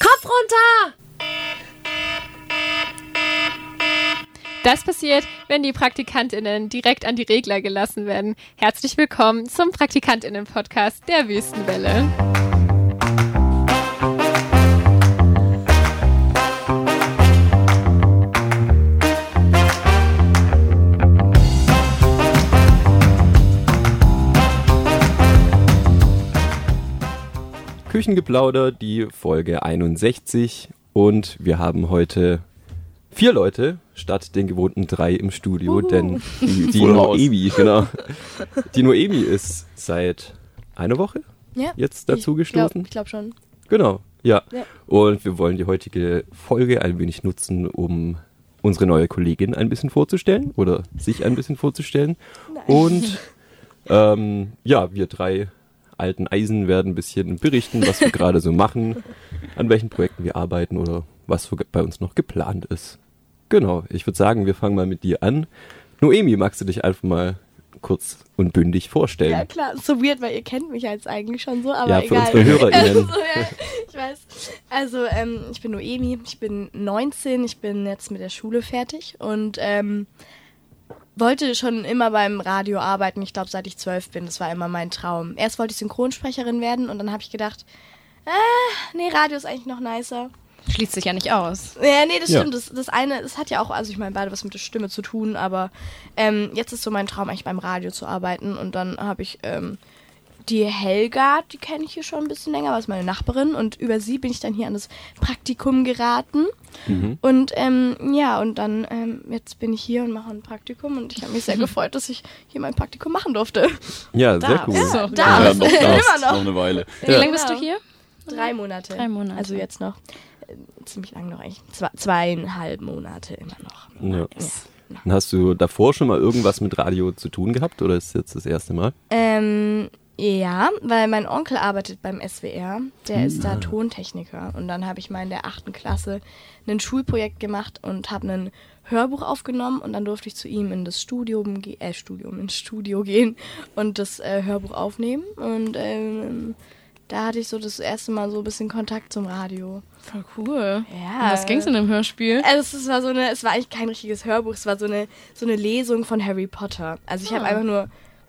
Kopf runter! Das passiert, wenn die PraktikantInnen direkt an die Regler gelassen werden. Herzlich willkommen zum PraktikantInnen-Podcast der Wüstenwelle. Küchengeplauder, die Folge 61. Und wir haben heute vier Leute statt den gewohnten drei im Studio, denn die, die Noemi, genau. Die Noemi ist seit einer Woche Ja. jetzt dazu gestoßen. Ich glaube glaub schon. Genau, ja. Ja. Und wir wollen die heutige Folge ein wenig nutzen, um unsere neue Kollegin ein bisschen vorzustellen oder sich ein bisschen vorzustellen. Und ähm, ja, wir drei alten Eisen werden ein bisschen berichten, was wir gerade so machen, an welchen Projekten wir arbeiten oder was so bei uns noch geplant ist. Genau, ich würde sagen, wir fangen mal mit dir an. Noemi, magst du dich einfach mal kurz und bündig vorstellen? Ja, klar. So weird, weil ihr kennt mich ja jetzt eigentlich schon so, aber Ja, für egal. unsere HörerInnen. Also, ja, ich weiß. Also, ähm, ich bin Noemi, ich bin 19, ich bin jetzt mit der Schule fertig und ähm, wollte schon immer beim Radio arbeiten. Ich glaube, seit ich zwölf bin, das war immer mein Traum. Erst wollte ich Synchronsprecherin werden und dann habe ich gedacht, ah, nee, Radio ist eigentlich noch nicer. Schließt sich ja nicht aus. Ja, nee, das Ja. stimmt. Das, das eine, das hat ja auch, also ich meine, beide was mit der Stimme zu tun, aber ähm, jetzt ist so mein Traum, eigentlich beim Radio zu arbeiten. Und dann habe ich ähm, die Helga, die kenne ich hier schon ein bisschen länger, war ist meine Nachbarin. Und über sie bin ich dann hier an das Praktikum geraten. Mhm. Und ähm, ja, und dann ähm, jetzt bin ich hier und mache ein Praktikum. Und ich habe mich sehr gefreut, dass ich hier mein Praktikum machen durfte. Ja, sehr cool. So, Da, noch, darfst, immer noch noch. eine Weile. Wie lange bist du Genau. hier? Drei Monate. Mhm. Drei Monate. Also jetzt noch. äh, Ziemlich lang noch eigentlich. Zwei, zweieinhalb Monate immer noch. Ja. Und hast du davor schon mal irgendwas mit Radio zu tun gehabt oder ist jetzt das erste Mal? Ähm, ja, weil mein Onkel arbeitet beim SWR. Der ist da Tontechniker. Und dann habe ich mal in der achten Klasse ein Schulprojekt gemacht und habe ein Hörbuch aufgenommen. Und dann durfte ich zu ihm in das Studium, ge äh, Studium, ins Studio gehen und das äh, Hörbuch aufnehmen. Und ähm, da hatte ich so das erste Mal so ein bisschen Kontakt zum Radio. Voll cool. Ja. Und was ging's in dem Hörspiel? Also es war so eine, es war eigentlich kein richtiges Hörbuch, es war so eine, so eine Lesung von Harry Potter. Also ich Ah. habe einfach nur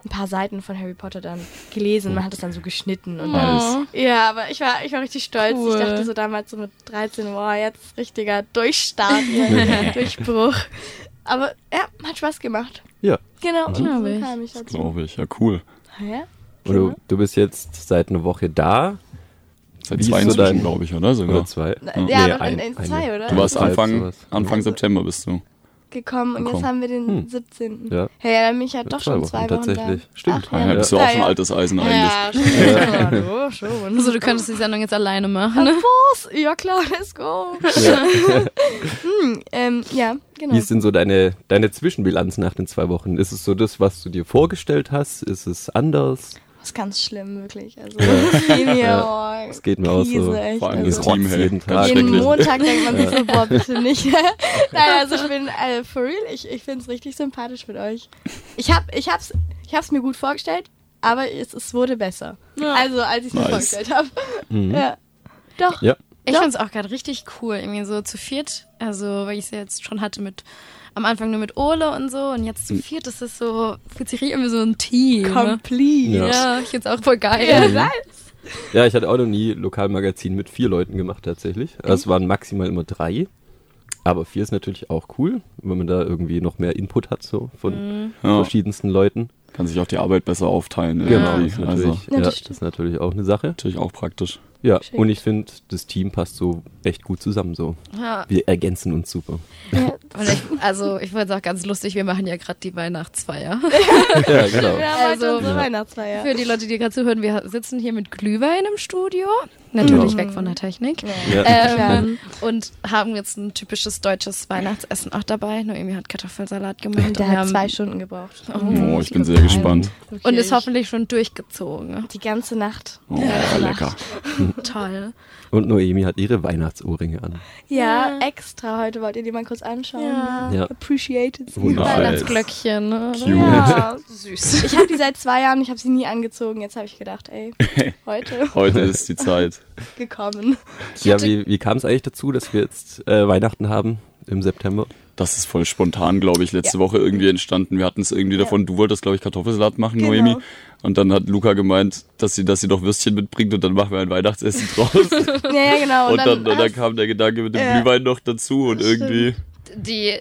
ein paar Seiten von Harry Potter dann gelesen. Man hat es dann so geschnitten und dann. Alles. Ja, aber ich war, ich war richtig stolz. Cool. Ich dachte so damals so mit 13, boah, jetzt richtiger Durchstart, hier, Durchbruch. Aber ja, hat Spaß gemacht. Ja. Genau, und Mhm. Glaub so ich. kam ich dazu. Ah Glaube ich, ja cool. Ja? Und du, du bist jetzt seit einer Woche da Seit Wie ist zwei so inzwischen, dein- glaube ich, oder? oder Sogar. zwei? Na, Ja. Ja, Nee, doch in, ein- in eine. zwei, oder? Du warst Halb Anfang, sowas. Anfang September bist du. gekommen und jetzt Gekommen. haben wir den 17. Ja. Hey, ja, dann bin ich ja doch zwei schon Wochen, zwei Wochen tatsächlich. da. Stimmt. Ach, Ja, ja. bist du Ja, auch schon ja. altes Eisen eigentlich. Ja, hallo, schon. Also du könntest die Sendung jetzt alleine machen. Was? Ja klar, let's go. Ja. Ähm, ja, genau. Wie ist denn so deine, deine Zwischenbilanz nach den zwei Wochen? Ist es so das, was du dir vorgestellt hast? Ist es anders? Das ist ganz schlimm, wirklich. Also, das geht mir, oh, Das geht mir auch so. Krise, echt. Vor allem also, das Team, hey. jeden Ganz Tag. jeden schrecklich. Montag denkt man sich so, boah, bitte nicht. Nein, also ich bin, äh, for real, ich, ich finde es richtig sympathisch mit euch. Ich, hab, ich, hab's, ich hab's mir gut vorgestellt, aber es, es wurde besser. Also, als ich mir Nice. vorgestellt habe. Ja. Doch. Ja. Ich find's auch gerade richtig cool, irgendwie so zu viert. Also, weil ich es ja jetzt schon hatte mit am Anfang nur mit Ole und so und jetzt zu viert ist es so, fühlt sich irgendwie so ein Team. ne? Complete. Ja. Ja, ich find's auch voll geil. ja, ich hatte auch noch nie Lokalmagazin mit vier Leuten gemacht tatsächlich. Es waren maximal immer drei. Aber vier ist natürlich auch cool, wenn man da irgendwie noch mehr Input hat, so von Mhm. Ja. verschiedensten Leuten. Kann sich auch die Arbeit besser aufteilen. Genau, irgendwie. das ist Also, natürlich, Ja, ja, das das stimmt. ist natürlich auch eine Sache. natürlich auch praktisch. Ja, Geschenkt. und ich finde, das Team passt so echt gut zusammen. So. Ja. Wir ergänzen uns super. Und ich, also, ich find's auch ganz lustig, wir machen ja gerade die Weihnachtsfeier. Ja, genau. Ja, Also- also, unsere Ja. Weihnachtsfeier. Für die Leute, die gerade zuhören, wir sitzen hier mit Glühwein im Studio. Natürlich weg von der Technik. Klar. Ähm, und haben jetzt ein typisches deutsches Weihnachtsessen auch dabei. Noemi hat Kartoffelsalat gemacht. Der und wir hat haben- zwei Stunden gebraucht. Oh, ich bin sehr gespannt. Und ist Wirklich. hoffentlich schon durchgezogen. Die ganze Nacht. Oh, lecker. Toll. Und Noemi hat ihre Weihnachtsohrringe an. Ja, extra. Heute wollt ihr die mal kurz anschauen. Ja. Ja. Appreciated sie. Wunderbar. Nice. Weihnachtsglöckchen, ne? oder? Cute. Ja, süß. Ich habe die seit zwei Jahren, ich habe sie nie angezogen. Jetzt habe ich gedacht, ey, heute Heute ist die Zeit. gekommen. Ja, wie, wie kam es eigentlich dazu, dass wir jetzt äh, Weihnachten haben im September? Das ist voll spontan, glaube ich, letzte Woche irgendwie entstanden. Wir hatten es irgendwie davon, du wolltest, glaube ich, Kartoffelsalat machen, Genau. Noemi. Und dann hat Luca gemeint, dass sie, dass sie doch Würstchen mitbringt und dann machen wir ein Weihnachtsessen draus. und Ja, ja genau. dann, und dann, kam der Gedanke mit dem Ja. Glühwein noch dazu und irgendwie. Die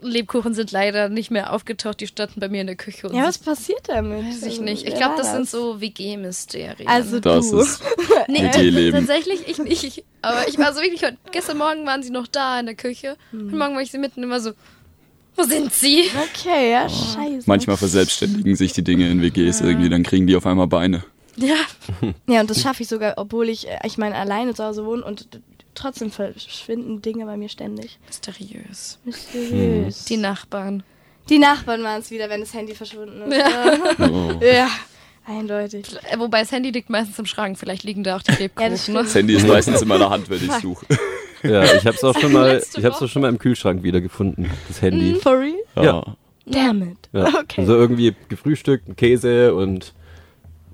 Lebkuchen sind leider nicht mehr aufgetaucht, die standen bei mir in der Küche und ja, was sind- passiert äh, damit? weiß ich nicht. Ich Wer glaube, war das sind so WG-Mysterien. Also Das du. ist nee, äh, WG-Leben. tatsächlich ich nicht. Aber ich war so wirklich heute, gestern Morgen waren sie noch da in der Küche und morgen war ich sie mitten immer so, wo sind sie? Okay, ja, scheiße. Oh. Manchmal verselbstständigen sich die Dinge in WGs irgendwie, dann kriegen die auf einmal Beine. Ja, Ja, und das schaffe ich sogar, obwohl ich, äh, ich meine, alleine zu Hause wohne und d- trotzdem verschwinden Dinge bei mir ständig. mysteriös. Hm. Mysteriös. Die Nachbarn. Die Nachbarn waren es wieder, wenn das Handy verschwunden ist. Oh. Ja, eindeutig. Äh, Wobei das Handy liegt meistens im Schrank, vielleicht liegen da auch die Ja, Lebkuchen. das ne? Das Handy ist meistens in meiner Hand, wenn ich suche. Ja, ich habe es auch schon mal, Letzte ich hab's auch Woche. schon mal im Kühlschrank wiedergefunden, das Handy. Hm? For real? Ja. Damn it. Ja. Mhm. Okay. Also irgendwie gefrühstückt, Käse und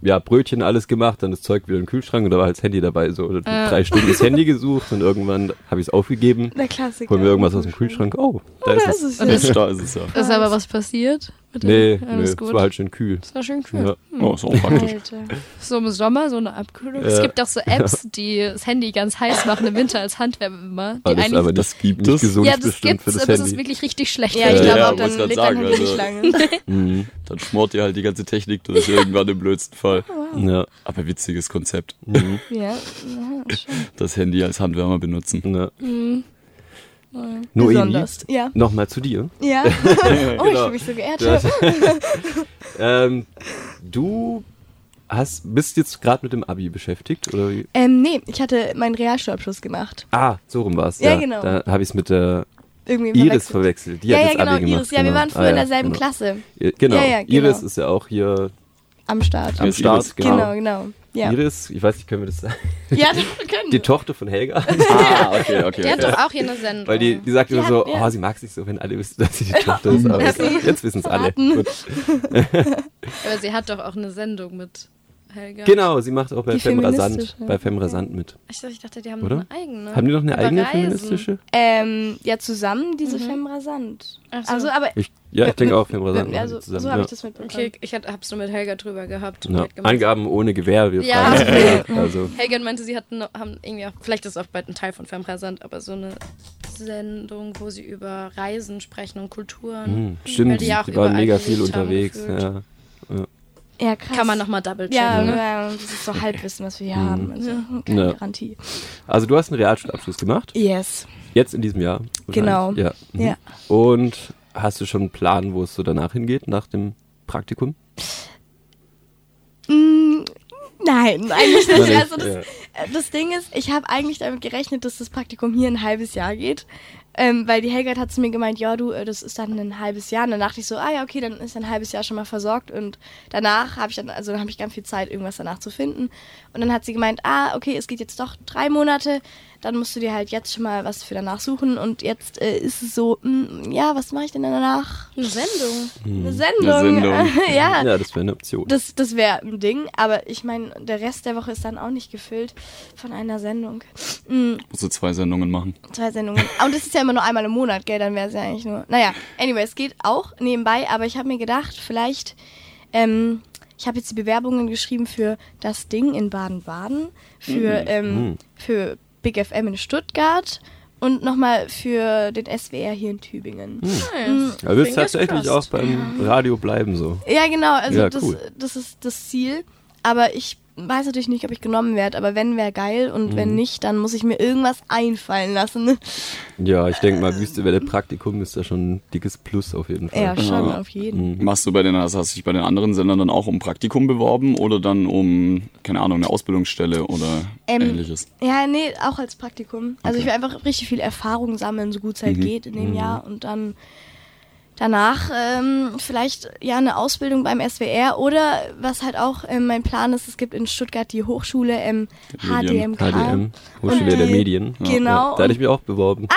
ja, Brötchen, alles gemacht, dann das Zeug wieder im Kühlschrank und da war halt das Handy dabei. So oder drei Stunden das Handy gesucht und irgendwann habe ich es aufgegeben. Der Klassiker. Holen wir irgendwas aus dem Kühlschrank. Oh, da ist Das es. ist Ja, ja. Jetzt da ist es ja. Ist aber was passiert? Mit dem- Nee, Ja, nee, alles es gut. war halt schön kühl. Das war schön cool. Ja. Oh, ist auch praktisch. Alter. So im Sommer so eine Abkühlung. Ja. Es gibt auch so Apps, die das Handy ganz heiß machen im Winter als Handwerbe immer. Die Aber das, eigentlich- aber das Das gibt gibt es. nicht gesund ja, das bestimmt gibt's, für das aber es ist Handy. wirklich richtig schlecht. Ja, ich Ja, glaube ja, auch, dann wollt's grad lebt dein sagen, Handy also- nicht lange. Mhm. Dann schmort ihr halt die ganze Technik durch irgendwann im blödsten Fall. Ah. Ja. Mhm. Aber witziges Konzept. ja, ja, schon. Das Handy als Handwärmer benutzen. Ja. Noemi, Mhm. Besonders. Ja. nochmal zu dir. Ja. oh, ich fühle mich so geehrt. genau. Ja. Ähm, du hast, bist jetzt gerade mit dem Abi beschäftigt? Oder wie? Ähm, nee, ich hatte meinen Realschulabschluss gemacht. Ah, so rum war es. Ja, genau. Da habe ich es mit der Irgendwie Iris verwechselt. Die ja, hat ja, das genau, Abi gemacht. Iris. Ja, wir waren früher in derselben genau. Klasse Klasse. Genau. Ja, ja, genau. Iris ist ja auch hier am Start. am Iris, Start. Iris. Genau. Genau, genau. Ja, Iris, ich weiß nicht, können wir das sagen? ja das können Die Tochter von Helga. Ah, okay, okay. Der hat okay. doch auch hier eine Sendung. Weil die, die sagt Die immer hat- so, ja. oh, sie mag sich so, wenn alle wissen, dass sie die Tochter ist. Aber jetzt wissen es alle. Verraten. Gut. aber sie hat doch auch eine Sendung mit Helga. Genau, sie macht auch bei Die Fem Rasant, feministische. bei Fem Rasant mit. Ich dachte, ich dachte, die haben Oder? eine eigene. Haben die noch eine Über eigene Reisen. feministische? Ähm, ja, zusammen diese Femme Rasant. Ach so. Also, aber. Ich, ja, ich mit- denke auch mit- Fem Rasant. mit- machen Also, die zusammen. so habe ich das mitbekommen. Okay, ich hat, hab's nur mit Helga drüber gehabt. ja. Hat Ja. gemeint, Angaben ohne Gewehr. Wir Ja. fragen. Ja. Also, Helga meinte, sie hatten, haben irgendwie auch, vielleicht ist es auch bald ein Teil von Femrasant, aber so eine Sendung, wo sie über Reisen sprechen und Kulturen. hm, stimmt, die ja auch die waren überall mega viel gelebt haben, unterwegs. gefühlt. Ja. Ja, krass. Kann man nochmal double Ja, checken. ja. ne? das ist so Halbwissen, was wir hier haben. Also, keine Mhm. Ja. Garantie. Also du hast einen Realschulabschluss gemacht, Yes. jetzt in diesem Jahr. wahrscheinlich. Genau. Ja. Mhm. Ja. Und hast du schon einen Plan, wo es so danach hingeht, nach dem Praktikum? Mm, Nein, eigentlich nicht. Nein, also das, ja. äh, das Ding ist, ich habe eigentlich damit gerechnet, dass das Praktikum hier ein halbes Jahr geht. Ähm, weil die Helga hat zu mir gemeint, ja, du, äh, das ist dann ein halbes Jahr. Und dann dachte ich so, ah ja, okay, dann ist ein halbes Jahr schon mal versorgt. Und danach habe ich dann, also dann habe ich ganz viel Zeit, irgendwas danach zu finden. Und dann hat sie gemeint, ah, okay, es geht jetzt doch drei Monate. Dann musst du dir halt jetzt schon mal was für danach suchen. Und jetzt äh, ist es so, mm, ja, was mache ich denn danach? Eine Sendung. Eine Sendung. Sendung. ja, Ja, das wäre eine Option. das, das wäre ein Ding, aber ich meine, der Rest der Woche ist dann auch nicht gefüllt von einer Sendung. Mm, Musst du zwei Sendungen machen. zwei Sendungen. Ah, Und das ist ja immer nur einmal im Monat, gell? Dann wäre es ja eigentlich nur. Naja, anyway, es geht auch nebenbei, aber ich habe mir gedacht, vielleicht. Ähm, ich habe jetzt die Bewerbungen geschrieben für das Ding in Baden-Baden, für, ähm, für Big FM in Stuttgart und nochmal für den SWR hier in Tübingen. Aber Fingers willst tatsächlich crossed. auch beim Radio bleiben so. Ja, genau, also Ja, das, cool. das ist das Ziel. Aber ich weiß natürlich nicht, ob ich genommen werde, aber wenn wäre geil und Mhm. wenn nicht, dann muss ich mir irgendwas einfallen lassen. Ja, ich denke mal, Wüste Welle Praktikum ist da schon ein dickes Plus auf jeden Fall. Ja, schon, auf jeden. Mhm. Machst du bei den, also hast du dich bei den anderen Sendern dann auch um Praktikum beworben oder dann um, keine Ahnung, eine Ausbildungsstelle oder Ähm, ähnliches? Ja, nee, auch als Praktikum. Also Okay. Mhm. ich will einfach richtig viel Erfahrung sammeln, so gut es halt geht in dem Jahr und dann danach ähm, vielleicht ja eine Ausbildung beim SWR oder was halt auch ähm, mein Plan ist, es gibt in Stuttgart die Hochschule ähm, Medien. HDMK. HDM, Hochschule Und der die- Medien. Genau. Ah, Ja, da hatte ich mich auch beworben.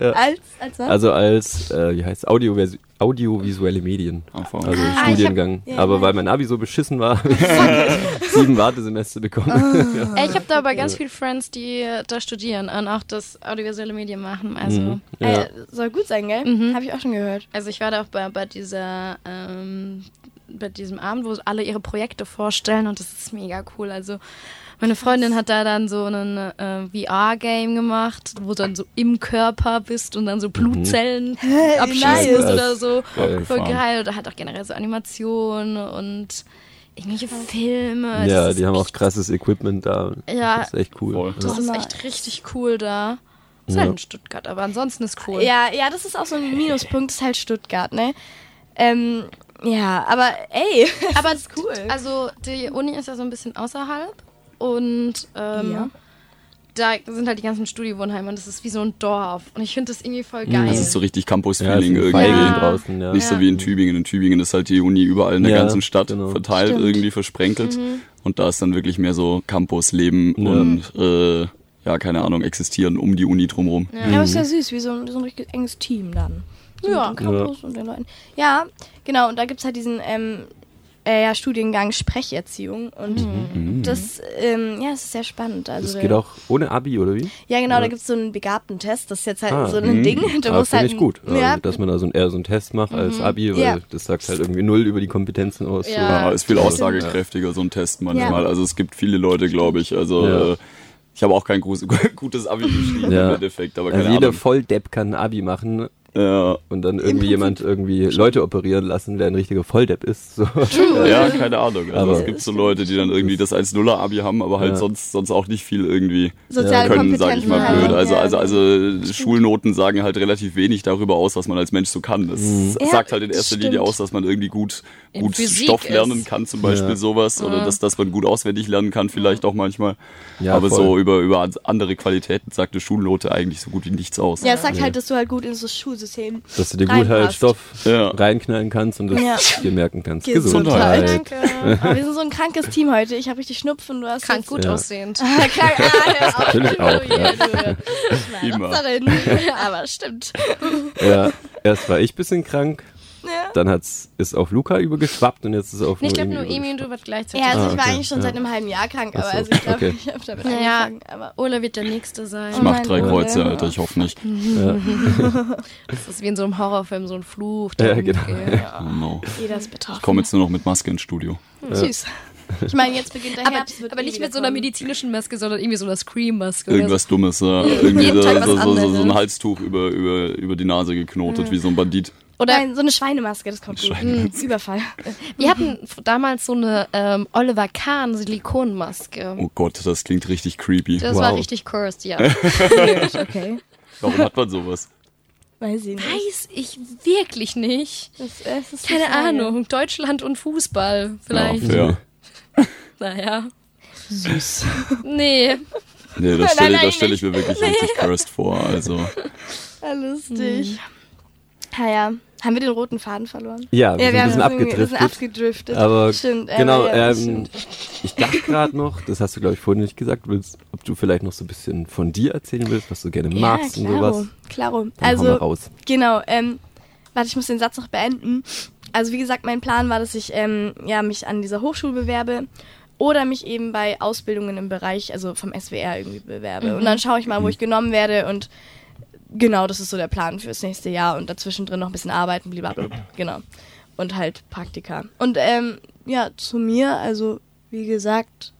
Ja. Als, als was? Also als, äh, wie heißt Audiovis audiovisuelle Medien. AV. Also Ah, ich hab- Studiengang. ja, Aber ja. weil mein Abi so beschissen war, habe ich sieben Wartesemester Ah, bekommen. Ey, Äh, ich habe da aber ganz viele Friends, die äh, da studieren und auch das audiovisuelle Medium machen. Also, Ja. Äh, soll gut sein, gell? Habe ich auch schon gehört. also ich war da auch bei, bei dieser ähm, bei diesem Abend, wo alle ihre Projekte vorstellen und das ist mega cool. Also meine Freundin hat da dann so ein äh, VR-Game gemacht, wo du dann so im Körper bist und dann so Blutzellen abschießt Mhm. nice. oder so. Geil. Voll geil. Oder halt auch generell so Animationen und irgendwelche Filme. ja, Das ist die haben auch echt- krasses Equipment da. Ja. Das ist echt cool. Voll. Ja. Das ist echt richtig cool da. Ist halt in Stuttgart, aber ansonsten ist cool. Ja, ja, das ist auch so ein Minuspunkt, ist halt Stuttgart, ne? Ähm, ja, aber ey, aber ist cool. Also die Uni ist ja so ein bisschen außerhalb und ähm, Ja. da sind halt die ganzen Studiwohnheime und das ist wie so ein Dorf. Und ich finde das irgendwie voll geil. Das ist so richtig Ja, es Campus-Feeling sind irgendwie. Feigling Ja. draußen, ja. Nicht so wie in Tübingen. In Tübingen ist halt die Uni überall in der Ja, ganzen Stadt genau. verteilt, Stimmt. Mhm. irgendwie versprenkelt. Und da ist dann wirklich mehr so Campusleben Ja. und äh, ja, keine Ahnung, existieren um die Uni drumherum. Mhm. Ja, aber ist ja süß, wie so ein, so ein richtig enges Team dann. So Ja. Mit dem Campus und den Leuten. Ja, genau, und da gibt es halt diesen ähm, äh, ja, Studiengang Sprecherziehung und das, ähm, ja, es ist sehr spannend. Also Mhm. Das da- geht auch ohne Abi, oder wie? Ja, genau, da gibt es so einen Begabtentest, das ist jetzt halt Ah, so ein Ding. Du Aber musst finde halt. ich gut, also, Ja, Mhm. dass man da so ein, eher so einen Test macht als Abi, weil Ja. das sagt halt irgendwie null über die Kompetenzen aus. Ja. Ja, ist viel Also, aussagekräftiger, so ein Test manchmal. Ja. Also es gibt viele Leute, glaube ich. Also Ja. äh, ich habe auch kein gutes, gutes Abi geschrieben Ja. im Endeffekt, aber Also keine jeder Ahnung. Volldepp kann ein Abi machen Ja, und dann irgendwie jemand irgendwie Leute operieren lassen, der ein richtiger Volldepp ist. So. ja, keine Ahnung. Also Aber- es gibt so Leute, die dann irgendwie das 1-0er-Abi haben, aber halt Ja. sonst, sonst auch nicht viel irgendwie Soziale können, sag ich Kompetenzen mal haben, blöd. Also, ja. also, also Schulnoten sagen halt relativ wenig darüber aus, was man als Mensch so kann. Das Mhm. sagt halt in erster stimmt. Linie aus, dass man irgendwie gut, In gut Physik Stoff lernen ist. kann, zum Beispiel sowas. Mhm. Oder dass, dass man gut auswendig lernen kann, vielleicht auch manchmal. Ja, aber voll. so über, über andere Qualitäten sagt eine Schulnote eigentlich so gut wie nichts aus. ja, es sagt halt, dass du halt gut ins das Schulsystem. Dass du dir gut reinpasst. halt Stoff Ja. reinknallen kannst und das Ja. dir merken kannst. Gesundheit. Gesundheit. Aber wir sind so ein krankes Team heute. Ich habe richtig Schnupfen, du hast Krank gut Ja. aussehend. jetzt- Krank, ah, Natürlich auch. Ja. Immer. ja. Aber stimmt. Ja. Erst war ich bisschen krank, Ja. dann hat's, ist auf Luca übergeschwappt und jetzt ist es auf Ich glaube, Noemi nur Emi und übergeschwappt. du wird gleichzeitig. Ja, also ich war Ah, okay, eigentlich schon ja. seit einem halben Jahr krank, aber so, also ich glaube, okay. ich habe damit Naja. angefangen. Aber Ole wird der Nächste sein. Ich mach Oh drei mein Kreuze, Gott. Alter, ich hoffe nicht. Das ist wie in so einem Horrorfilm, so ein Fluch. Ja, der genau. rumgeht. Oh no. jeder ist betroffen. Ich komme jetzt nur noch mit Maske ins Studio. Süß. Ich meine, jetzt beginnt der Aber, Herbst. wird aber eh nicht wieder mit so einer kommen. medizinischen Maske, sondern irgendwie so einer Scream-Maske. oder Irgendwas Dummes, ja. Irgendwie Jeden so, Tag was so, so, so, so ein anderes. Halstuch über, über, über die Nase geknotet, wie so ein Bandit. Oder Nein, so eine Schweinemaske, das kommt gut. Mm, Überfall. Wir hatten f- damals so eine ähm, Oliver Kahn Silikonmaske. Oh Gott, das klingt richtig creepy. Das Wow. war richtig cursed, ja. Weiß Okay. Warum hat man sowas? Weiß ich nicht. ich wirklich nicht. Das, das ist die Keine Frage. Ahnung. Deutschland und Fußball vielleicht. Ja, fair. Naja. Süß. Nee. Nee, das Nein, stelle nein, das stell ich mir wirklich richtig cursed vor. Also, Ja, Ah, lustig. Naja, haben wir den roten Faden verloren? Ja, wir sind ein bisschen das irgendwie- wir sind abgedriftet. abgedriftet. Aber stimmt, genau, aber ja, das ähm, stimmt. ich dachte gerade noch, das hast du glaube ich vorhin nicht gesagt, willst, ob du vielleicht noch so ein bisschen von dir erzählen willst, was du gerne magst ja, und klaro, sowas. Klaro. Dann hau mal Also, raus. Genau, ähm, warte, ich muss den Satz noch beenden. Also wie gesagt, mein Plan war, dass ich ähm, ja, mich an dieser Hochschule bewerbe oder mich eben bei Ausbildungen im Bereich, also vom SWR irgendwie bewerbe. Und dann schaue ich mal, wo Mhm. ich genommen werde und genau, das ist so der Plan fürs nächste Jahr und dazwischen drin noch ein bisschen arbeiten, blablabla. Genau. Und halt Praktika. Und ähm, ja, zu mir, also wie gesagt,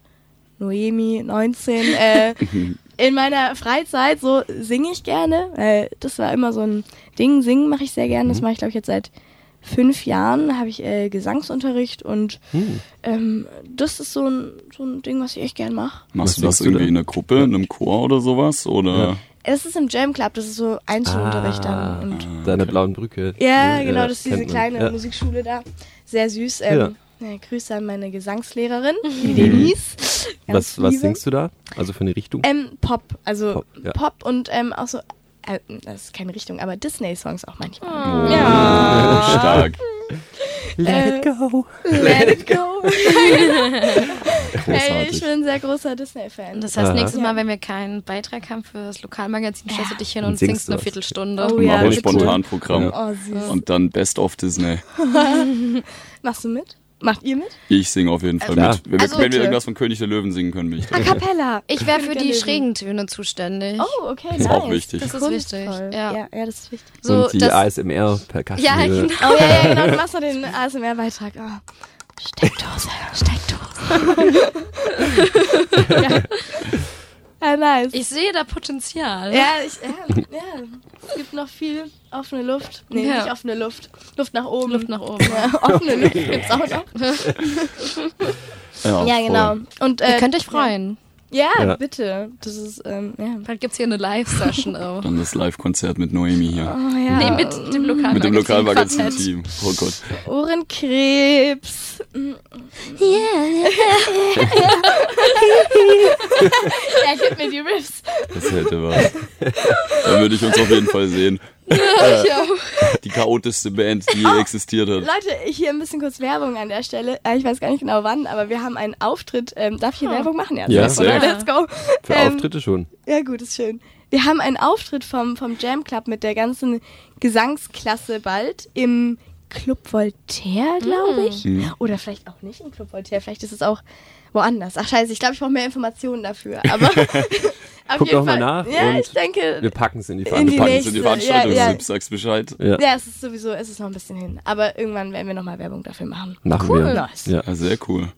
Noemi, 19. Äh, in meiner Freizeit so singe ich gerne, weil das war immer so ein Ding. Singen mache ich sehr gerne. Mhm. Das mache ich, glaube ich, jetzt seit fünf Jahren. Habe ich äh, Gesangsunterricht und Uh. ähm, das ist so ein, so ein Ding, was ich echt gerne mache. machst du singst das du irgendwie denn? in einer Gruppe, in einem Chor oder sowas? Oder? Es ist im Jam Club, das ist so Einzelunterricht Ah. dann. Und, Da an der blauen Brücke. ja, genau, das ist kennt diese man. kleine Ja. Musikschule da. Sehr süß. Ähm, Ja. na, Grüße an meine Gesangslehrerin, die Denise. Ganz Was, was liebe. singst du da? Also für eine Richtung? Ähm, Pop, also Pop, Pop, ja. und ähm, auch so äh, das ist keine Richtung, aber Disney-Songs auch manchmal. Oh, Ah, Stark. äh, Let go. Let it go. Ey, ich Großartig. bin ein sehr großer Disney-Fan. Das heißt, Aha. nächstes Mal, wenn wir keinen Beitrag haben für das Lokalmagazin, stellst du dich hin Dann und singst singst du eine was. Viertelstunde. Oh, Machen Ja, wir ein bitte. Spontanprogramm. Oh, süß. Und dann Best of Disney. Machst du mit? Macht ihr mit? Ich singe auf jeden Fall Also- mit. Wenn, wir- Also wenn bitte. wir irgendwas von König der Löwen singen können, bin ich da. A cappella. Ich wäre für König die der Löwen. schrägen Töne zuständig. Oh, okay, Ist nice. auch wichtig. Das ist Kunstvoll. wichtig, ja. Ja. ja, das ist wichtig. So, und die das- ASMR per Kasten. äh, Ja, genau. Oh ja, ja, genau, du machst noch den ASMR-Beitrag. Oh. Steckdose, Steckdose. ja. Ah, nice. Ich sehe da Potenzial. ja, ich, ja, ja, es gibt noch viel offene Luft. Nee, Ja. nicht offene Luft. Luft nach oben. Luft nach oben. Ja, offene Luft gibt's auch noch. Ja, Ja, voll. genau. Und, äh, Ihr könnt euch freuen. Ja, Ja. bitte. Das ist, ähm, ja. Bald gibt's hier eine Live-Session auch. Ähm, Dann das Live-Konzert mit Noemi hier. Ah, Oh, ja. Nee, mit dem Lokalmagazin. mit dem Quartett. Lokalmagazin-Team. Oh Gott. Ohrenkrebs. Yeah. er gibt mir die Riffs. Das hätte was. Dann würde ich uns auf jeden Fall sehen. Äh, Die chaotischste Band, die je existiert hat. Leute, hier ein bisschen kurz Werbung an der Stelle. Äh, Ich weiß gar nicht genau wann, aber wir haben einen Auftritt. Ähm, darf ich hier Werbung machen? Ja, das ist safe. cool. Let's go. Für Ähm, Auftritte schon. Ja, gut, ist schön. Wir haben einen Auftritt vom, vom Jam Club mit der ganzen Gesangsklasse bald im Club Voltaire, glaube Mm. ich. Mhm. Oder vielleicht auch nicht im Club Voltaire, vielleicht ist es auch woanders. Ach scheiße, ich glaube, ich brauche mehr Informationen dafür. Aber auf Guck jeden doch mal Fall- nach Ja, und ich Wir denke. packen es in die in Wir die packen Pfanne. es in die nächste. Veranstaltung, Ja, ja. Sips, sagst Bescheid. Ja, Ja, es ist sowieso, es ist noch ein bisschen hin. Aber irgendwann werden wir nochmal Werbung dafür machen. machen wir. Nice. Ja. Ja, Ah, sehr cool.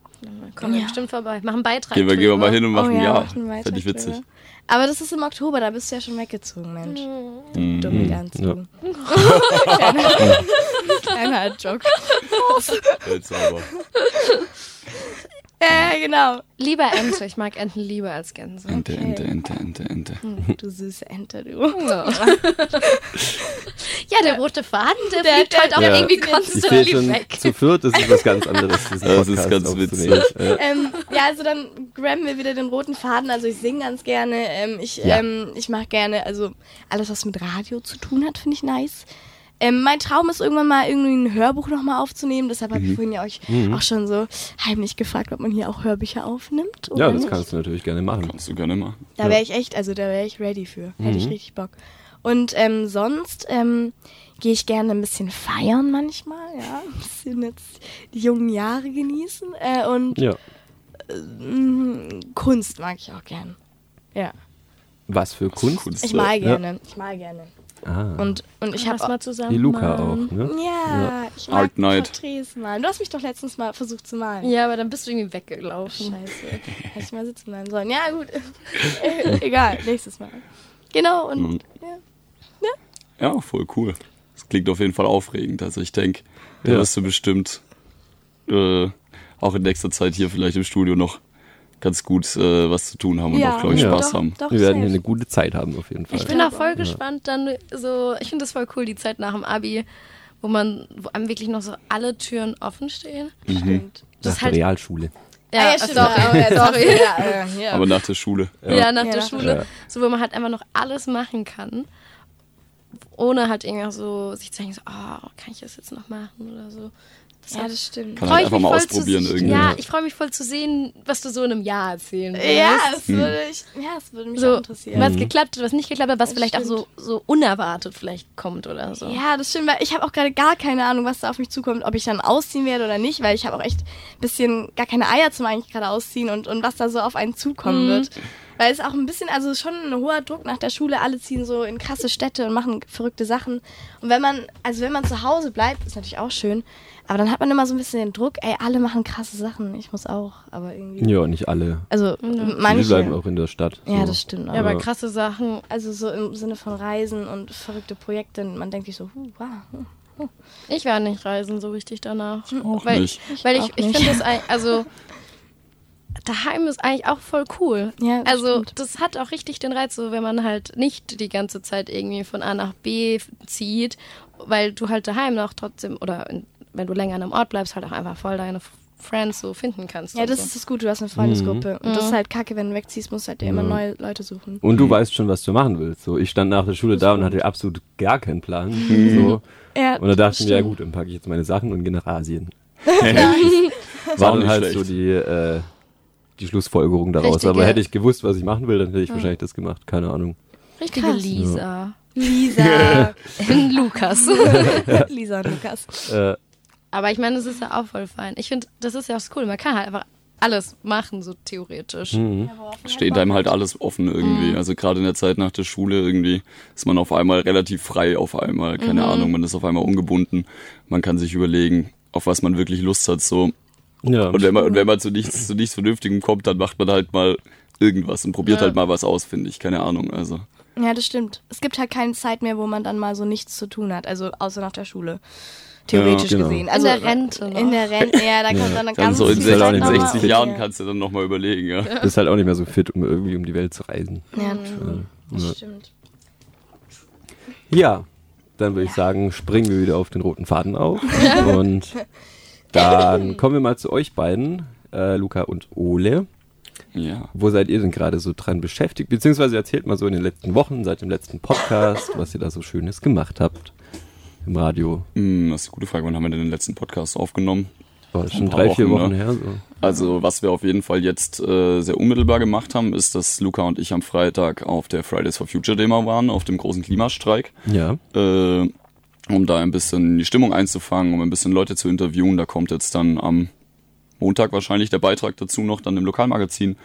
Kommen wir Ja. bestimmt vorbei. Machen einen Beitrag. Gehen wir, gehen wir mal hin und machen, Oh ja, ja. machen weiter Fände ich witzig. drüber. Aber das ist im Oktober, da bist du ja schon weggezogen, Mensch. Mhm. Du Dumme ganz Ja. dumm. kleiner, kleiner Joke. Jetzt aber. Ja, genau. Lieber Ente. Ich mag Enten lieber als Gänse. Ente, Ente, Ente, Ente, Ente. Du süße Ente, du. Ja, der rote Faden, der, Der- fliegt halt der- heute auch Ja. irgendwie Ich sehe konstant schon, weg. zu viert ist es was ganz anderes. diesen Das ist Podcast ganz aufzunehmen. witzig. Ja. ähm, ja, also dann grammen wir wieder den roten Faden. Also ich singe ganz gerne. Ähm, ich Ja. ähm, ich mache gerne, also alles, was mit Radio zu tun hat, finde ich nice. Ähm, mein Traum ist irgendwann mal irgendwie ein Hörbuch nochmal aufzunehmen. Deshalb Mhm. habe ich vorhin ja euch auch schon so heimlich gefragt, ob man hier auch Hörbücher aufnimmt. Oder ja, das nicht. kannst du natürlich gerne machen. Kannst du gerne mal. Da wäre ich echt, also da wäre ich ready für. Hätte Mhm. ich richtig Bock. Und ähm, sonst ähm, gehe ich gerne ein bisschen feiern manchmal, ja. Ein bisschen jetzt die jungen Jahre genießen. Äh, und Ja. Mm, Kunst mag ich auch gern. Ja. Was für Kunst. Kunst. Ich mal Ja. gerne. Ich mal gerne. Ah, Und, und ich Lass habe. zusammen. die Luca auch, malen. ne? Ja, ich mag Art Night. Porträts malen. Du hast mich doch letztens mal versucht zu malen. Ja, aber dann bist du irgendwie weggelaufen. Scheiße. Hätte ich mal sitzen bleiben sollen. Ja, gut. Äh, Egal, nächstes Mal. Genau, und Mhm. ja. Ja, voll cool. Das klingt auf jeden Fall aufregend. Also ich denke, da Ja. wirst du bestimmt äh, auch in nächster Zeit hier vielleicht im Studio noch ganz gut äh, was zu tun haben und ja. auch, glaube ich, Ja. Spaß doch, haben. Doch, Wir werden hier safe. eine gute Zeit haben auf jeden Fall. Ich bin Ja. auch voll gespannt, dann so, ich finde das voll cool, die Zeit nach dem Abi, wo man, wo einem wirklich noch so alle Türen offen stehen. Stimmt. Das Nach ist der halt- Realschule. Ah, ja, äh, stimmt. sorry. Ja, sorry. ja, äh, ja, ja. Aber nach der Schule. Ja, nach Ja, der nach- Schule. Ja. So, wo man halt einfach noch alles machen kann. Ohne halt irgendwie so sich zu denken, so, oh, kann ich das jetzt noch machen oder so. Ja, das stimmt. Kann freu halt einfach mal voll zu- ausprobieren irgendwie. Ja, ich freue mich voll zu sehen, was du so in einem Jahr erzählen wirst. Ja, es würde, ich, ja, es würde mich auch So, interessieren. was geklappt hat, was nicht geklappt hat, was Das vielleicht auch so, so unerwartet vielleicht kommt oder so. Ja, das stimmt, weil ich habe auch gerade gar keine Ahnung, was da auf mich zukommt, ob ich dann ausziehen werde oder nicht, weil ich habe auch echt ein bisschen gar keine Eier zum eigentlich gerade ausziehen und, und was da so auf einen Mhm. zukommen wird. Weil es auch ein bisschen, also schon ein hoher Druck nach der Schule, alle ziehen so in krasse Städte und machen verrückte Sachen. Und wenn man, also wenn man zu Hause bleibt, ist natürlich auch schön, aber dann hat man immer so ein bisschen den Druck, ey, alle machen krasse Sachen, ich muss auch, aber irgendwie. Ja, nicht alle. Also Manche. manche. Die bleiben auch in der Stadt. Ja, so. das stimmt. Ja, aber Ja. krasse Sachen. Also so im Sinne von Reisen und verrückte Projekte. und Man denkt sich so, huh, wow. Ich werde nicht reisen so richtig danach. Auch weil nicht. ich, weil ich, Auch ich nicht. finde das ein- also daheim ist eigentlich auch voll cool. Ja, das also stimmt. das hat auch richtig den Reiz, so wenn man halt nicht die ganze Zeit irgendwie von A nach B f- zieht, weil du halt daheim noch trotzdem oder in, wenn du länger an einem Ort bleibst, halt auch einfach voll deine F- Friends so finden kannst. Ja, und das so. ist das Gute, du hast eine Freundesgruppe. Und das ist halt kacke, wenn du wegziehst, musst du halt dir immer Ja. neue Leute suchen. Und du weißt schon, was du machen willst. So, ich stand nach der Schule da und hatte absolut gar keinen Plan. So. Ja, Und da dachte ich mir, ja stimmt. gut, dann packe ich jetzt meine Sachen und gehe nach Asien. auch War dann nicht halt schlecht. so die, äh, die Schlussfolgerung daraus. Richtige- Aber hätte ich gewusst, was ich machen will, dann hätte ich Hm. wahrscheinlich das gemacht. Keine Ahnung. Richtige Krass. Lisa. Lisa. Ich bin Lukas. Lisa und Lukas. Äh, Aber ich meine, das ist ja auch voll fein. Ich finde, das ist ja auch cool. Man kann halt einfach alles machen, so theoretisch. Mhm. Steht einem halt alles offen Mhm. irgendwie. Also gerade in der Zeit nach der Schule irgendwie ist man auf einmal relativ frei auf einmal. Mhm. Keine Ahnung, man ist auf einmal ungebunden. Man kann sich überlegen, auf was man wirklich Lust hat so. ja. Und wenn man, und wenn man zu nichts, zu nichts Vernünftigem kommt, dann macht man halt mal irgendwas und probiert halt mal was aus, finde ich. Keine Ahnung, also. Ja, das stimmt. Es gibt halt keine Zeit mehr, wo man dann mal so nichts zu tun hat. Also außer nach der Schule. Theoretisch Ja, genau. gesehen. Also, der Rente noch. In der Rente, ja, da kommt dann, Dann ganz Also so in, viel sechs- Zeit sech- in nochmal. aber- 60 Jahren Ja. kannst du dann nochmal überlegen, ja. Bist halt auch nicht mehr so fit, um irgendwie um die Welt zu reisen. Ja, Ja. das stimmt. Ja, dann würde ich sagen, springen wir wieder auf den roten Faden auf. und dann kommen wir mal zu euch beiden, äh, Luca und Ole. Ja. Wo seid ihr denn gerade so dran beschäftigt? Beziehungsweise erzählt mal so in den letzten Wochen, seit dem letzten Podcast, was ihr da so Schönes gemacht habt im Radio. Hm, das ist eine gute Frage. Wann haben wir denn den letzten Podcast aufgenommen? War das Ein schon paar drei, vier Wochen, Wochen ne? her. So. Also, was wir auf jeden Fall jetzt äh, sehr unmittelbar gemacht haben, ist, dass Luca und ich am Freitag auf der Fridays for Future Demo waren, auf dem großen Klimastreik, Ja. äh, um da ein bisschen die Stimmung einzufangen, um ein bisschen Leute zu interviewen. Da kommt jetzt dann am Montag wahrscheinlich der Beitrag dazu noch, dann im Lokalmagazin.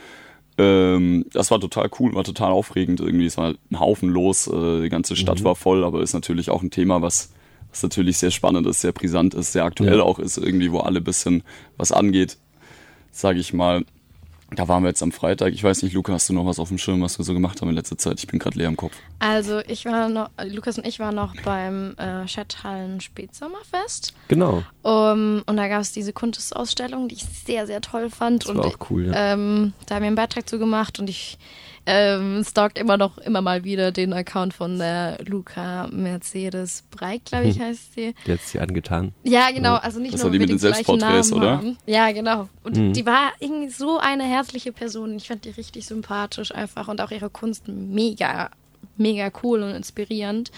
Ähm, das war total cool, war total aufregend irgendwie. Es war ein Haufen los, äh, die ganze Stadt war voll, aber ist natürlich auch ein Thema, was, was natürlich sehr spannend ist, sehr brisant ist, sehr aktuell Ja. auch ist, irgendwie, wo alle bisschen was angeht, sage ich mal. Da waren wir jetzt am Freitag. Ich weiß nicht, Luca, hast du noch was auf dem Schirm, was wir so gemacht haben in letzter Zeit? Ich bin gerade leer im Kopf. Also ich war noch, Lukas und ich waren noch beim äh, Schetthallen Spätsommerfest. Genau. Um, und da gab es diese Kunstausstellung, die ich sehr, sehr toll fand. Das und war auch cool, ja. ähm, da haben wir einen Beitrag zu gemacht und ich ähm, stalkt immer noch immer mal wieder den Account von der Luca Mercedes Breit, glaube Hm. ich, heißt sie. Der hat es dir angetan. Ja, genau, also nicht Das nur war die wir mit den gleichen Selbstporträts, Namen oder? Mhm. Haben. Ja, genau. Und die war irgendwie so eine herzliche Person. Ich fand die richtig sympathisch einfach und auch ihre Kunst mega, mega cool und inspirierend.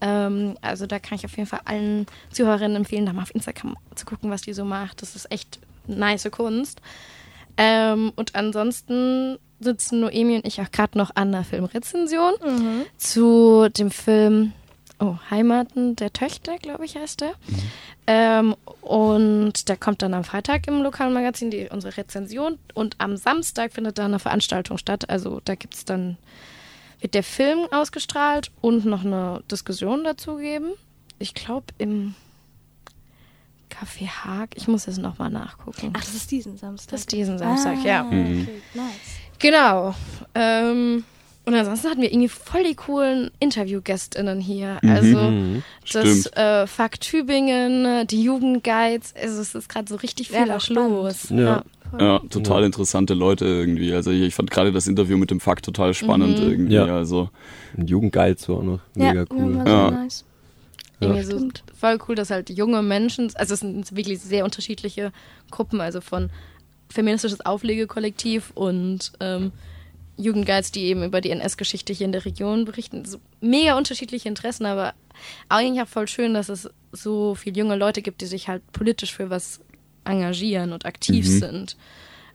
Ähm, also da kann ich auf jeden Fall allen Zuhörerinnen empfehlen, da mal auf Instagram zu gucken, was die so macht. Das ist echt nice Kunst. Ähm, und ansonsten sitzen Noemi und ich auch gerade noch an der Filmrezension zu dem Film oh, Heimaten der Töchter, glaube ich, heißt der. Mhm. Ähm, und da kommt dann am Freitag im Lokalmagazin die, unsere Rezension und am Samstag findet dann eine Veranstaltung statt. Also da gibt es dann, wird der Film ausgestrahlt und noch eine Diskussion dazu geben. Ich glaube im Café Haag. Ich muss jetzt nochmal nachgucken. Ach, das ist diesen Samstag. Ah, Das ist diesen Samstag, ja. Okay, nice. Genau. Ähm, und ansonsten hatten wir irgendwie voll die coolen Interviewgästinnen hier. Also das Mhm. Stimmt. äh, Fuck Tübingen, äh, die Jugendguides. Also es ist gerade so richtig viel Ja, auch spannend. los. Ja. Ja, total interessante Leute irgendwie. Also ich, ich fand gerade das Interview mit dem Fakt total spannend Mhm. irgendwie. Ja. Also Ein Jugendgeil so auch noch. Ja, Mega cool. war so Ja. nice. Irgendwie so stimmt. voll cool, dass halt junge Menschen, also es sind wirklich sehr unterschiedliche Gruppen, also von feministisches Auflegekollektiv und ähm, Jugendguides, die eben über die NS-Geschichte hier in der Region berichten. So mega unterschiedliche Interessen, aber eigentlich auch voll schön, dass es so viele junge Leute gibt, die sich halt politisch für was engagieren und aktiv sind.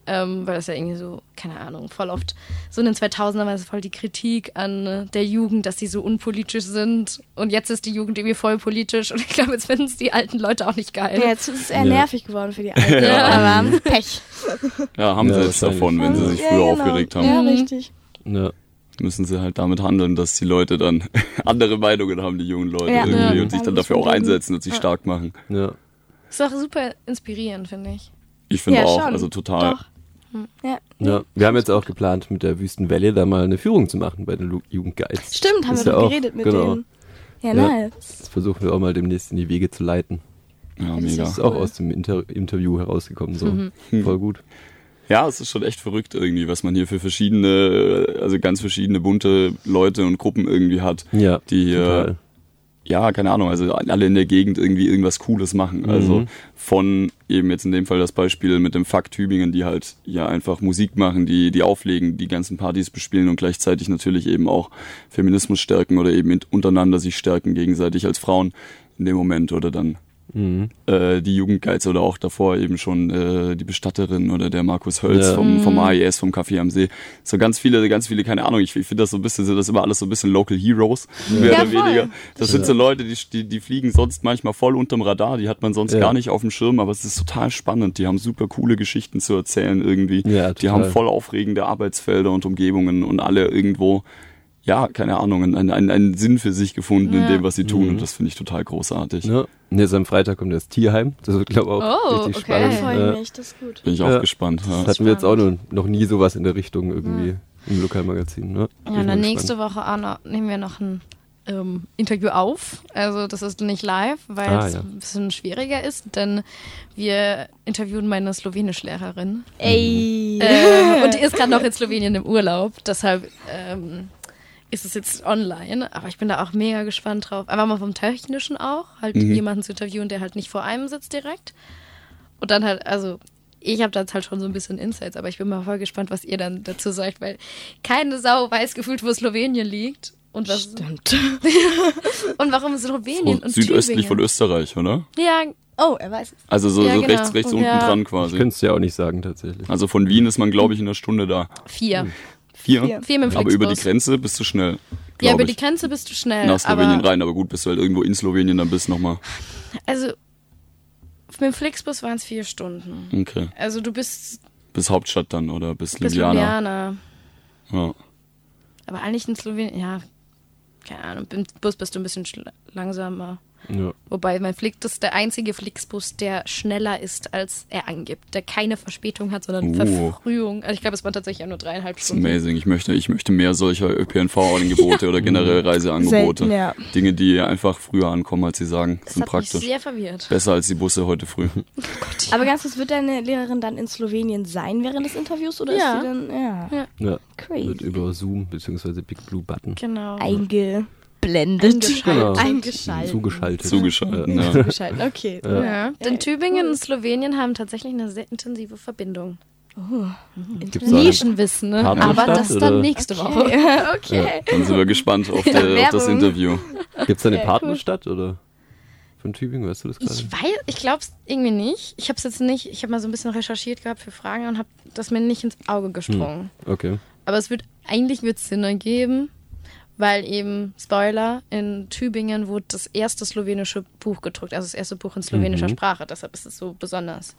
Ähm, weil das ja irgendwie so, keine Ahnung, voll oft so in den 2000ern war es voll die Kritik an äh, der Jugend, dass sie so unpolitisch sind. Und jetzt ist die Jugend irgendwie voll politisch. Und ich glaube, jetzt finden es die alten Leute auch nicht geil. Ja, jetzt ist es eher nervig geworden für die Alten. Aber Pech. ja, haben Ja, sie jetzt wahrscheinlich. davon, wenn sie sich Ja, früher genau. aufgeregt haben. Ja, richtig. Ja. Müssen sie halt damit handeln, dass die Leute dann andere Meinungen haben, die jungen Leute Ja. irgendwie, Ja. und sich dann dafür auch einsetzen und sich stark machen. Ja. Ist auch super inspirierend, finde ich. Ich finde Ja, auch, schon. also total. Doch. Ja. Ja, wir haben jetzt auch geplant, mit der Wüstenwelle da mal eine Führung zu machen bei den Lu- Jugendgeiz. Stimmt, haben Ist wir ja doch auch- geredet mit genau. denen. Ja, Ja. nice. Das versuchen wir auch mal demnächst in die Wege zu leiten. Ja, Das mega. ist auch aus dem Inter Interview herausgekommen, so. Hm. Voll gut. Ja, es ist schon echt verrückt irgendwie, was man hier für verschiedene, also ganz verschiedene bunte Leute und Gruppen irgendwie hat, Ja, die äh, hier total. ja, keine Ahnung, also alle in der Gegend irgendwie irgendwas Cooles machen. Also von eben jetzt in dem Fall das Beispiel mit dem Fuck Tübingen, die halt ja einfach Musik machen, die, die auflegen, die ganzen Partys bespielen und gleichzeitig natürlich eben auch Feminismus stärken oder eben in- untereinander sich stärken, gegenseitig als Frauen in dem Moment oder dann äh, die Jugendgeiz oder auch davor eben schon äh, die Bestatterin oder der Markus Hölz Ja. vom, Mhm. vom AES, vom Café am See. So ganz viele, ganz viele, keine Ahnung, ich, ich finde das so ein bisschen, sind das immer alles so ein bisschen Local Heroes, mehr Ja, oder voll. weniger. Das sind so Leute, die, die, die fliegen sonst manchmal voll unterm Radar, die hat man sonst Ja. gar nicht auf dem Schirm, aber es ist total spannend. Die haben super coole Geschichten zu erzählen irgendwie. Ja, die total. haben voll aufregende Arbeitsfelder und Umgebungen und alle irgendwo, ja, keine Ahnung, einen, einen, einen Sinn für sich gefunden in dem, was sie Mhm. tun. Und das finde ich total großartig. Ne? Und jetzt am Freitag kommt das Tierheim. Das wird, glaube ich, auch Oh, okay. richtig Da spannend. freue Äh, ich mich, das ist gut. Bin ich auch Ja. gespannt. Ja. Das hatten wir jetzt auch noch, noch nie sowas in der Richtung irgendwie im Lokalmagazin. Ne? Bin Ja, ich und mal dann gespannt. nächste Woche auch noch, nehmen wir noch ein ähm, Interview auf. Also das ist nicht live, weil Ah, es ja. ein bisschen schwieriger ist, denn wir interviewen meine Slowenischlehrerin. Ey. Äh, und die ist gerade noch in Slowenien im Urlaub, deshalb ähm, ist es jetzt online. Aber ich bin da auch mega gespannt drauf. Einfach mal vom Technischen auch, halt Mhm. jemanden zu interviewen, der halt nicht vor einem sitzt direkt. Und dann halt, also ich habe da jetzt halt schon so ein bisschen Insights, aber ich bin mal voll gespannt, was ihr dann dazu sagt, weil keine Sau weiß gefühlt, wo Slowenien liegt. Und, was, Stimmt. und warum Slowenien Und und, südöstlich von Tübingen? Österreich, oder? Ja, Oh, er weiß es. Also so, Ja, so genau. rechts, rechts Ja. unten dran Ich quasi. könnte es ja auch nicht sagen, tatsächlich. Also von Wien ist man, glaube ich, in einer Stunde da. vier. Vier. Vier. Vier mit dem Hm. Aber über die Flixbus. Grenze bist du schnell. Ja, glaub über die ich. Grenze bist du schnell. Nach Slowenien Äh, aber, rein, aber gut, bist du halt irgendwo in Slowenien, dann bist du nochmal. Also mit dem Flixbus waren es vier Stunden. Okay. Also du bist, Bis Hauptstadt dann oder bis bist Ljubljana. Ljubljana. Ja. Aber eigentlich in Slowenien, ja, keine Ahnung, im Bus bist du ein bisschen schl- langsamer. Ja. Wobei mein Flix, das ist der einzige Flixbus, der schneller ist, als er angibt. Der keine Verspätung hat, sondern Uh. Verfrühung. Also ich glaube, es waren tatsächlich auch nur dreieinhalb It's Stunden. amazing. Ich möchte, ich möchte mehr solcher ÖPNV-Angebote oder generell Reiseangebote. Selten, ja. Dinge, die einfach früher ankommen, als sie sagen, Das sind hat mich praktisch. sehr verwirrt. Besser als die Busse heute früh. Aber ganz kurz, wird deine Lehrerin dann in Slowenien sein während des Interviews oder Ja. ist sie dann ja, ja. Wird crazy über Zoom bzw. Big Blue Button Genau. eingeblendet? Genau. Eingeschaltet. zugeschaltet. Zugeschalten, Ja. ja. Eingeschaltet. Okay. Ja. Denn Tübingen und Slowenien haben tatsächlich eine sehr intensive Verbindung. Gibt's da einen Nischenwissen, ne? Partnerstadt, Aber das oder? dann nächste Woche. Okay. Dann sind wir gespannt auf, der, auf das Werbung. Interview. Gibt's da eine Partnerstadt oder von Tübingen, weißt du das gerade? Ich weiß, ich glaube es irgendwie nicht. Ich habe es jetzt nicht, ich habe mal so ein bisschen recherchiert gehabt für Fragen und habe das mir nicht ins Hm. Auge gesprungen. Okay. Aber es wird, eigentlich wird es Sinn ergeben, weil eben, Spoiler, in Tübingen wurde das erste slowenische Buch gedruckt, also das erste Buch in slowenischer Mhm. Sprache, deshalb ist es so besonders.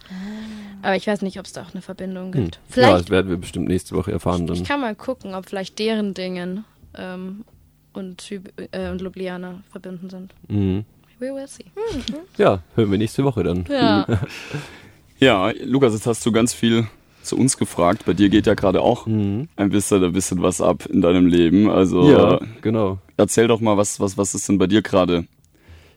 Aber ich weiß nicht, ob es da auch eine Verbindung gibt. Ah. Hm. Ja, Hm. Vielleicht, das werden wir bestimmt nächste Woche erfahren ich dann. kann mal gucken, ob vielleicht deren Dingen ähm, und, Tüb äh, und Ljubljana verbunden sind. Mhm. We will see. Ah, Ja, hören wir nächste Woche dann. Ja. Ja, Lukas, jetzt hast du ganz viel zu uns gefragt. Bei dir geht ja gerade auch ein bisschen, ein bisschen was ab in deinem Leben. Also Ja, äh, genau. erzähl doch mal, was, was, was ist denn bei dir gerade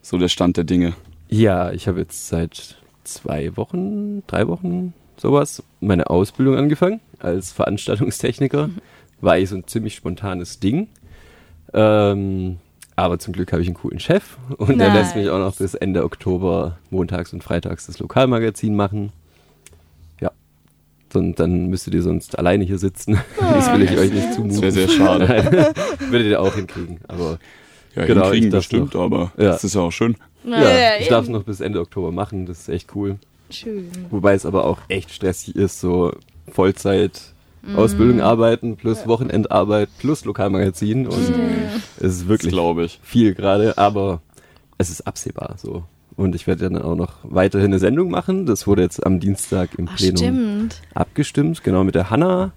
so der Stand der Dinge? Ja, ich habe jetzt seit zwei Wochen, drei Wochen sowas meine Ausbildung angefangen als Veranstaltungstechniker. Mhm. War ich so ein ziemlich spontanes Ding. Ähm, aber zum Glück habe ich einen coolen Chef und der lässt mich auch noch bis Ende Oktober montags und freitags das Lokalmagazin machen. Ja, und dann müsstet ihr sonst alleine hier sitzen. Das will ich euch nicht Oh. Das zumuten. wäre sehr schade. Würdet ihr auch hinkriegen, aber Ja, Genau, hinkriegen ich darf bestimmt, noch. aber Ja. das ist ja auch schön. ja, ich darf es noch bis Ende Oktober machen, das ist echt cool. Schön. Wobei es aber auch echt stressig ist, so Vollzeit Ausbildung arbeiten, plus Wochenendarbeit, plus Lokalmagazin und es ist Das wirklich glaube ich. viel gerade, aber es ist absehbar so. Und ich werde dann auch noch weiterhin eine Sendung machen. Das wurde jetzt am Dienstag im Ach, Plenum stimmt. abgestimmt, genau mit der Hanna.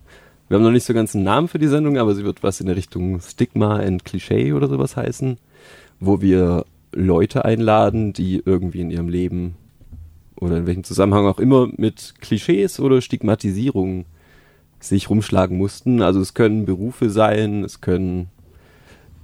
Wir haben noch nicht so ganz einen Namen für die Sendung, aber sie wird was in der Richtung Stigma and Cliché oder sowas heißen, wo wir Leute einladen, die irgendwie in ihrem Leben oder in welchem Zusammenhang auch immer mit Klischees oder Stigmatisierung sich rumschlagen mussten. Also es können Berufe sein, es können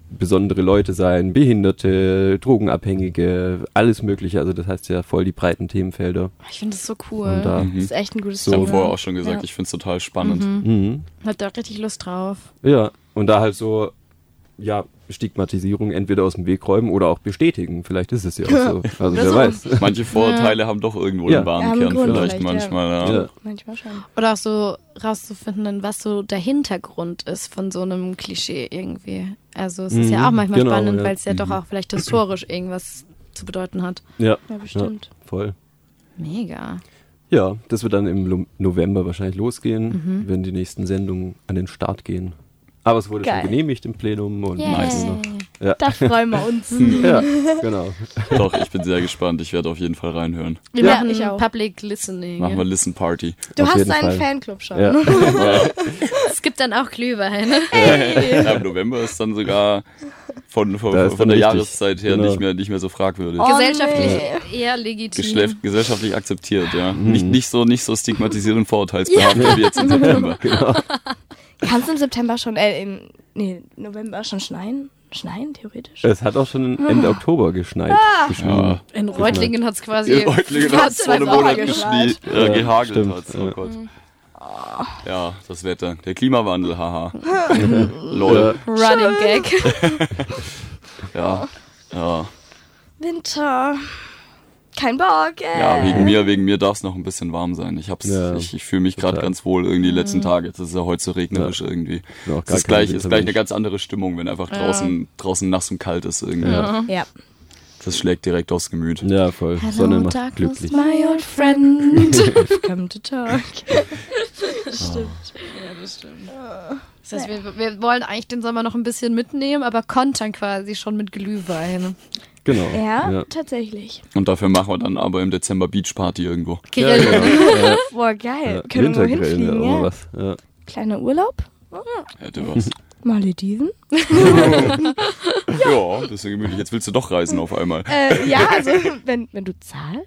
besondere Leute sein, Behinderte, Drogenabhängige, alles Mögliche. Also das heißt ja voll die breiten Themenfelder. Ich finde das so Und da, Das ist echt ein gutes Ich habe Thema. vorher auch schon gesagt, ich finde es total spannend. mhm. Hat da richtig Lust drauf. Ja, und da halt so ja, Stigmatisierung entweder aus dem Weg räumen oder auch bestätigen. Vielleicht ist es ja auch so. Also wer so. weiß. Manche Vorurteile haben doch irgendwo Ja. den Ja, wahren haben Kern Grund vielleicht vielleicht, ja. manchmal. Ja. Ja. Manchmal schon. Oder auch so rauszufinden, dann was so der Hintergrund ist von so einem Klischee irgendwie. Also es ist ja Mhm, auch manchmal genau, spannend, ja. weil es ja Mhm. doch auch vielleicht historisch irgendwas zu bedeuten hat. Ja, Ja, bestimmt. voll. Mega. Ja, das wird dann im Lo- November wahrscheinlich losgehen, wenn die nächsten Sendungen an den Start gehen. Aber es wurde Geil. schon genehmigt im Plenum und Yay. Nice. ja. Da freuen wir uns. ja, genau. Doch, ich bin sehr gespannt. Ich werde auf jeden Fall reinhören. Wir Ja, machen ich auch. Public Listening. Machen wir Listen Party. Du Auf hast jeden deinen Fall. Fanclub schon. Ja. Es gibt dann auch Glühwein. Ja, Im November ist dann sogar von, von, Da ist von dann der richtig. Jahreszeit her Genau. nicht, mehr, nicht mehr so fragwürdig. Oh, Mhm. Gesellschaftlich eher legitim. Geschlef gesellschaftlich akzeptiert, ja. Mhm. Nicht, nicht so nicht so stigmatisiert und vorurteilsbehaftet wie jetzt im September. Kann es im September schon, äh, im nee, November schon schneien? Schneien, theoretisch? Es hat auch schon Ende Oktober geschneit. geschrieben. Ja. In Reutlingen hat es quasi. In Reutlingen hat es vor einem Hat's Monat auch geschneit, äh, Ja, gehagelt. stimmt, Hat's. ja. Oh Gott. Ja, das Wetter. Der Klimawandel, haha. Ja. Lol. Running Gag. Ja. Ja. Winter. Kein Bock, ey. ja, wegen mir, wegen mir darf es noch ein bisschen warm sein. Ich hab's, Ja, ich, ich fühle mich gerade total. ganz wohl irgendwie die letzten Tage. Das ist ja heute so regnerisch irgendwie. Bin auch Es gar ist kein gleich, ist gleich eine Wintermensch. ganz andere Stimmung, wenn einfach draußen, draußen nass und kalt ist irgendwie. Ja. Das schlägt direkt aufs Gemüt. Ja, voll. Sonne macht glücklich. My old friend. I've come to talk. Das heißt, wir, wir wollen eigentlich den Sommer noch ein bisschen mitnehmen, aber kontern quasi schon mit Glühwein. Genau. Ja, tatsächlich. Und dafür machen wir dann aber im Dezember Beachparty irgendwo. Ja, Kirill, genau. Ja. Boah, geil. Ja. Können wir wohin Wintergrillen fliegen, oder ja. was. Ja. Kleiner Urlaub. Hätte was. Oh. Malediven. ja, das ist ja gemütlich. Jetzt willst du doch reisen auf einmal. Äh, ja, also, wenn, wenn du zahlst.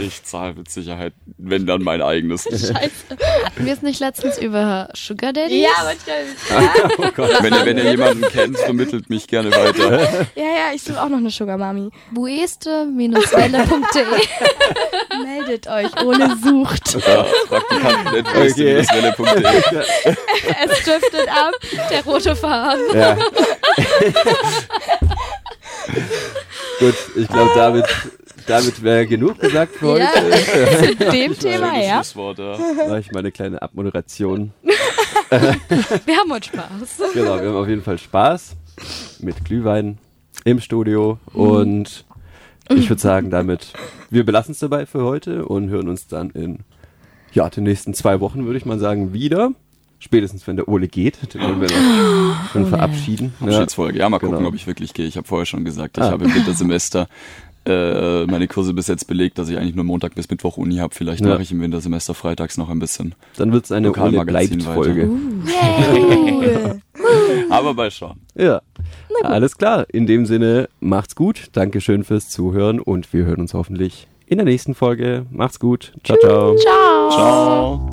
Ich zahle mit Sicherheit, wenn dann mein eigenes. hatten wir es nicht letztens über Sugar Daddy? manchmal. Wenn ihr, wenn ihr jemanden kennt, vermittelt mich gerne weiter. Ja, ja, ich suche auch noch eine Sugar Mami. bueste-welle.de Meldet euch, ohne sucht. Ja, Praktikanten.westwelle.de Es driftet ab, der rote Faden. Ja. Gut, ich glaube, damit, damit wäre genug gesagt für Ja. heute. Dem Thema, Schönes ja. Schlusswort, ja. Mache ich meine kleine Abmoderation. Wir haben heute Spaß. Genau, wir haben auf jeden Fall Spaß mit Glühwein im Studio und ich würde sagen, damit wir belassen es dabei für heute und hören uns dann in ja, den nächsten zwei Wochen, würde ich mal sagen, wieder. Spätestens, wenn der Ole geht, den wollen wir noch schon verabschieden. Ja. Abschiedsfolge. Ja, mal gucken, Genau. ob ich wirklich gehe. Ich habe vorher schon gesagt, ich Ah. habe im Wintersemester äh, meine Kurse bis jetzt belegt, dass ich eigentlich nur Montag bis Mittwoch Uni habe. Vielleicht Ja. mache ich im Wintersemester freitags noch ein bisschen. Dann wird es eine Lokalmagazin Ole bleibt weiter. Folge. Aber bei Sean. Ja. Alles klar. In dem Sinne, macht's gut. Dankeschön fürs Zuhören und wir hören uns hoffentlich in der nächsten Folge. Macht's gut. Ciao, ciao. Ciao.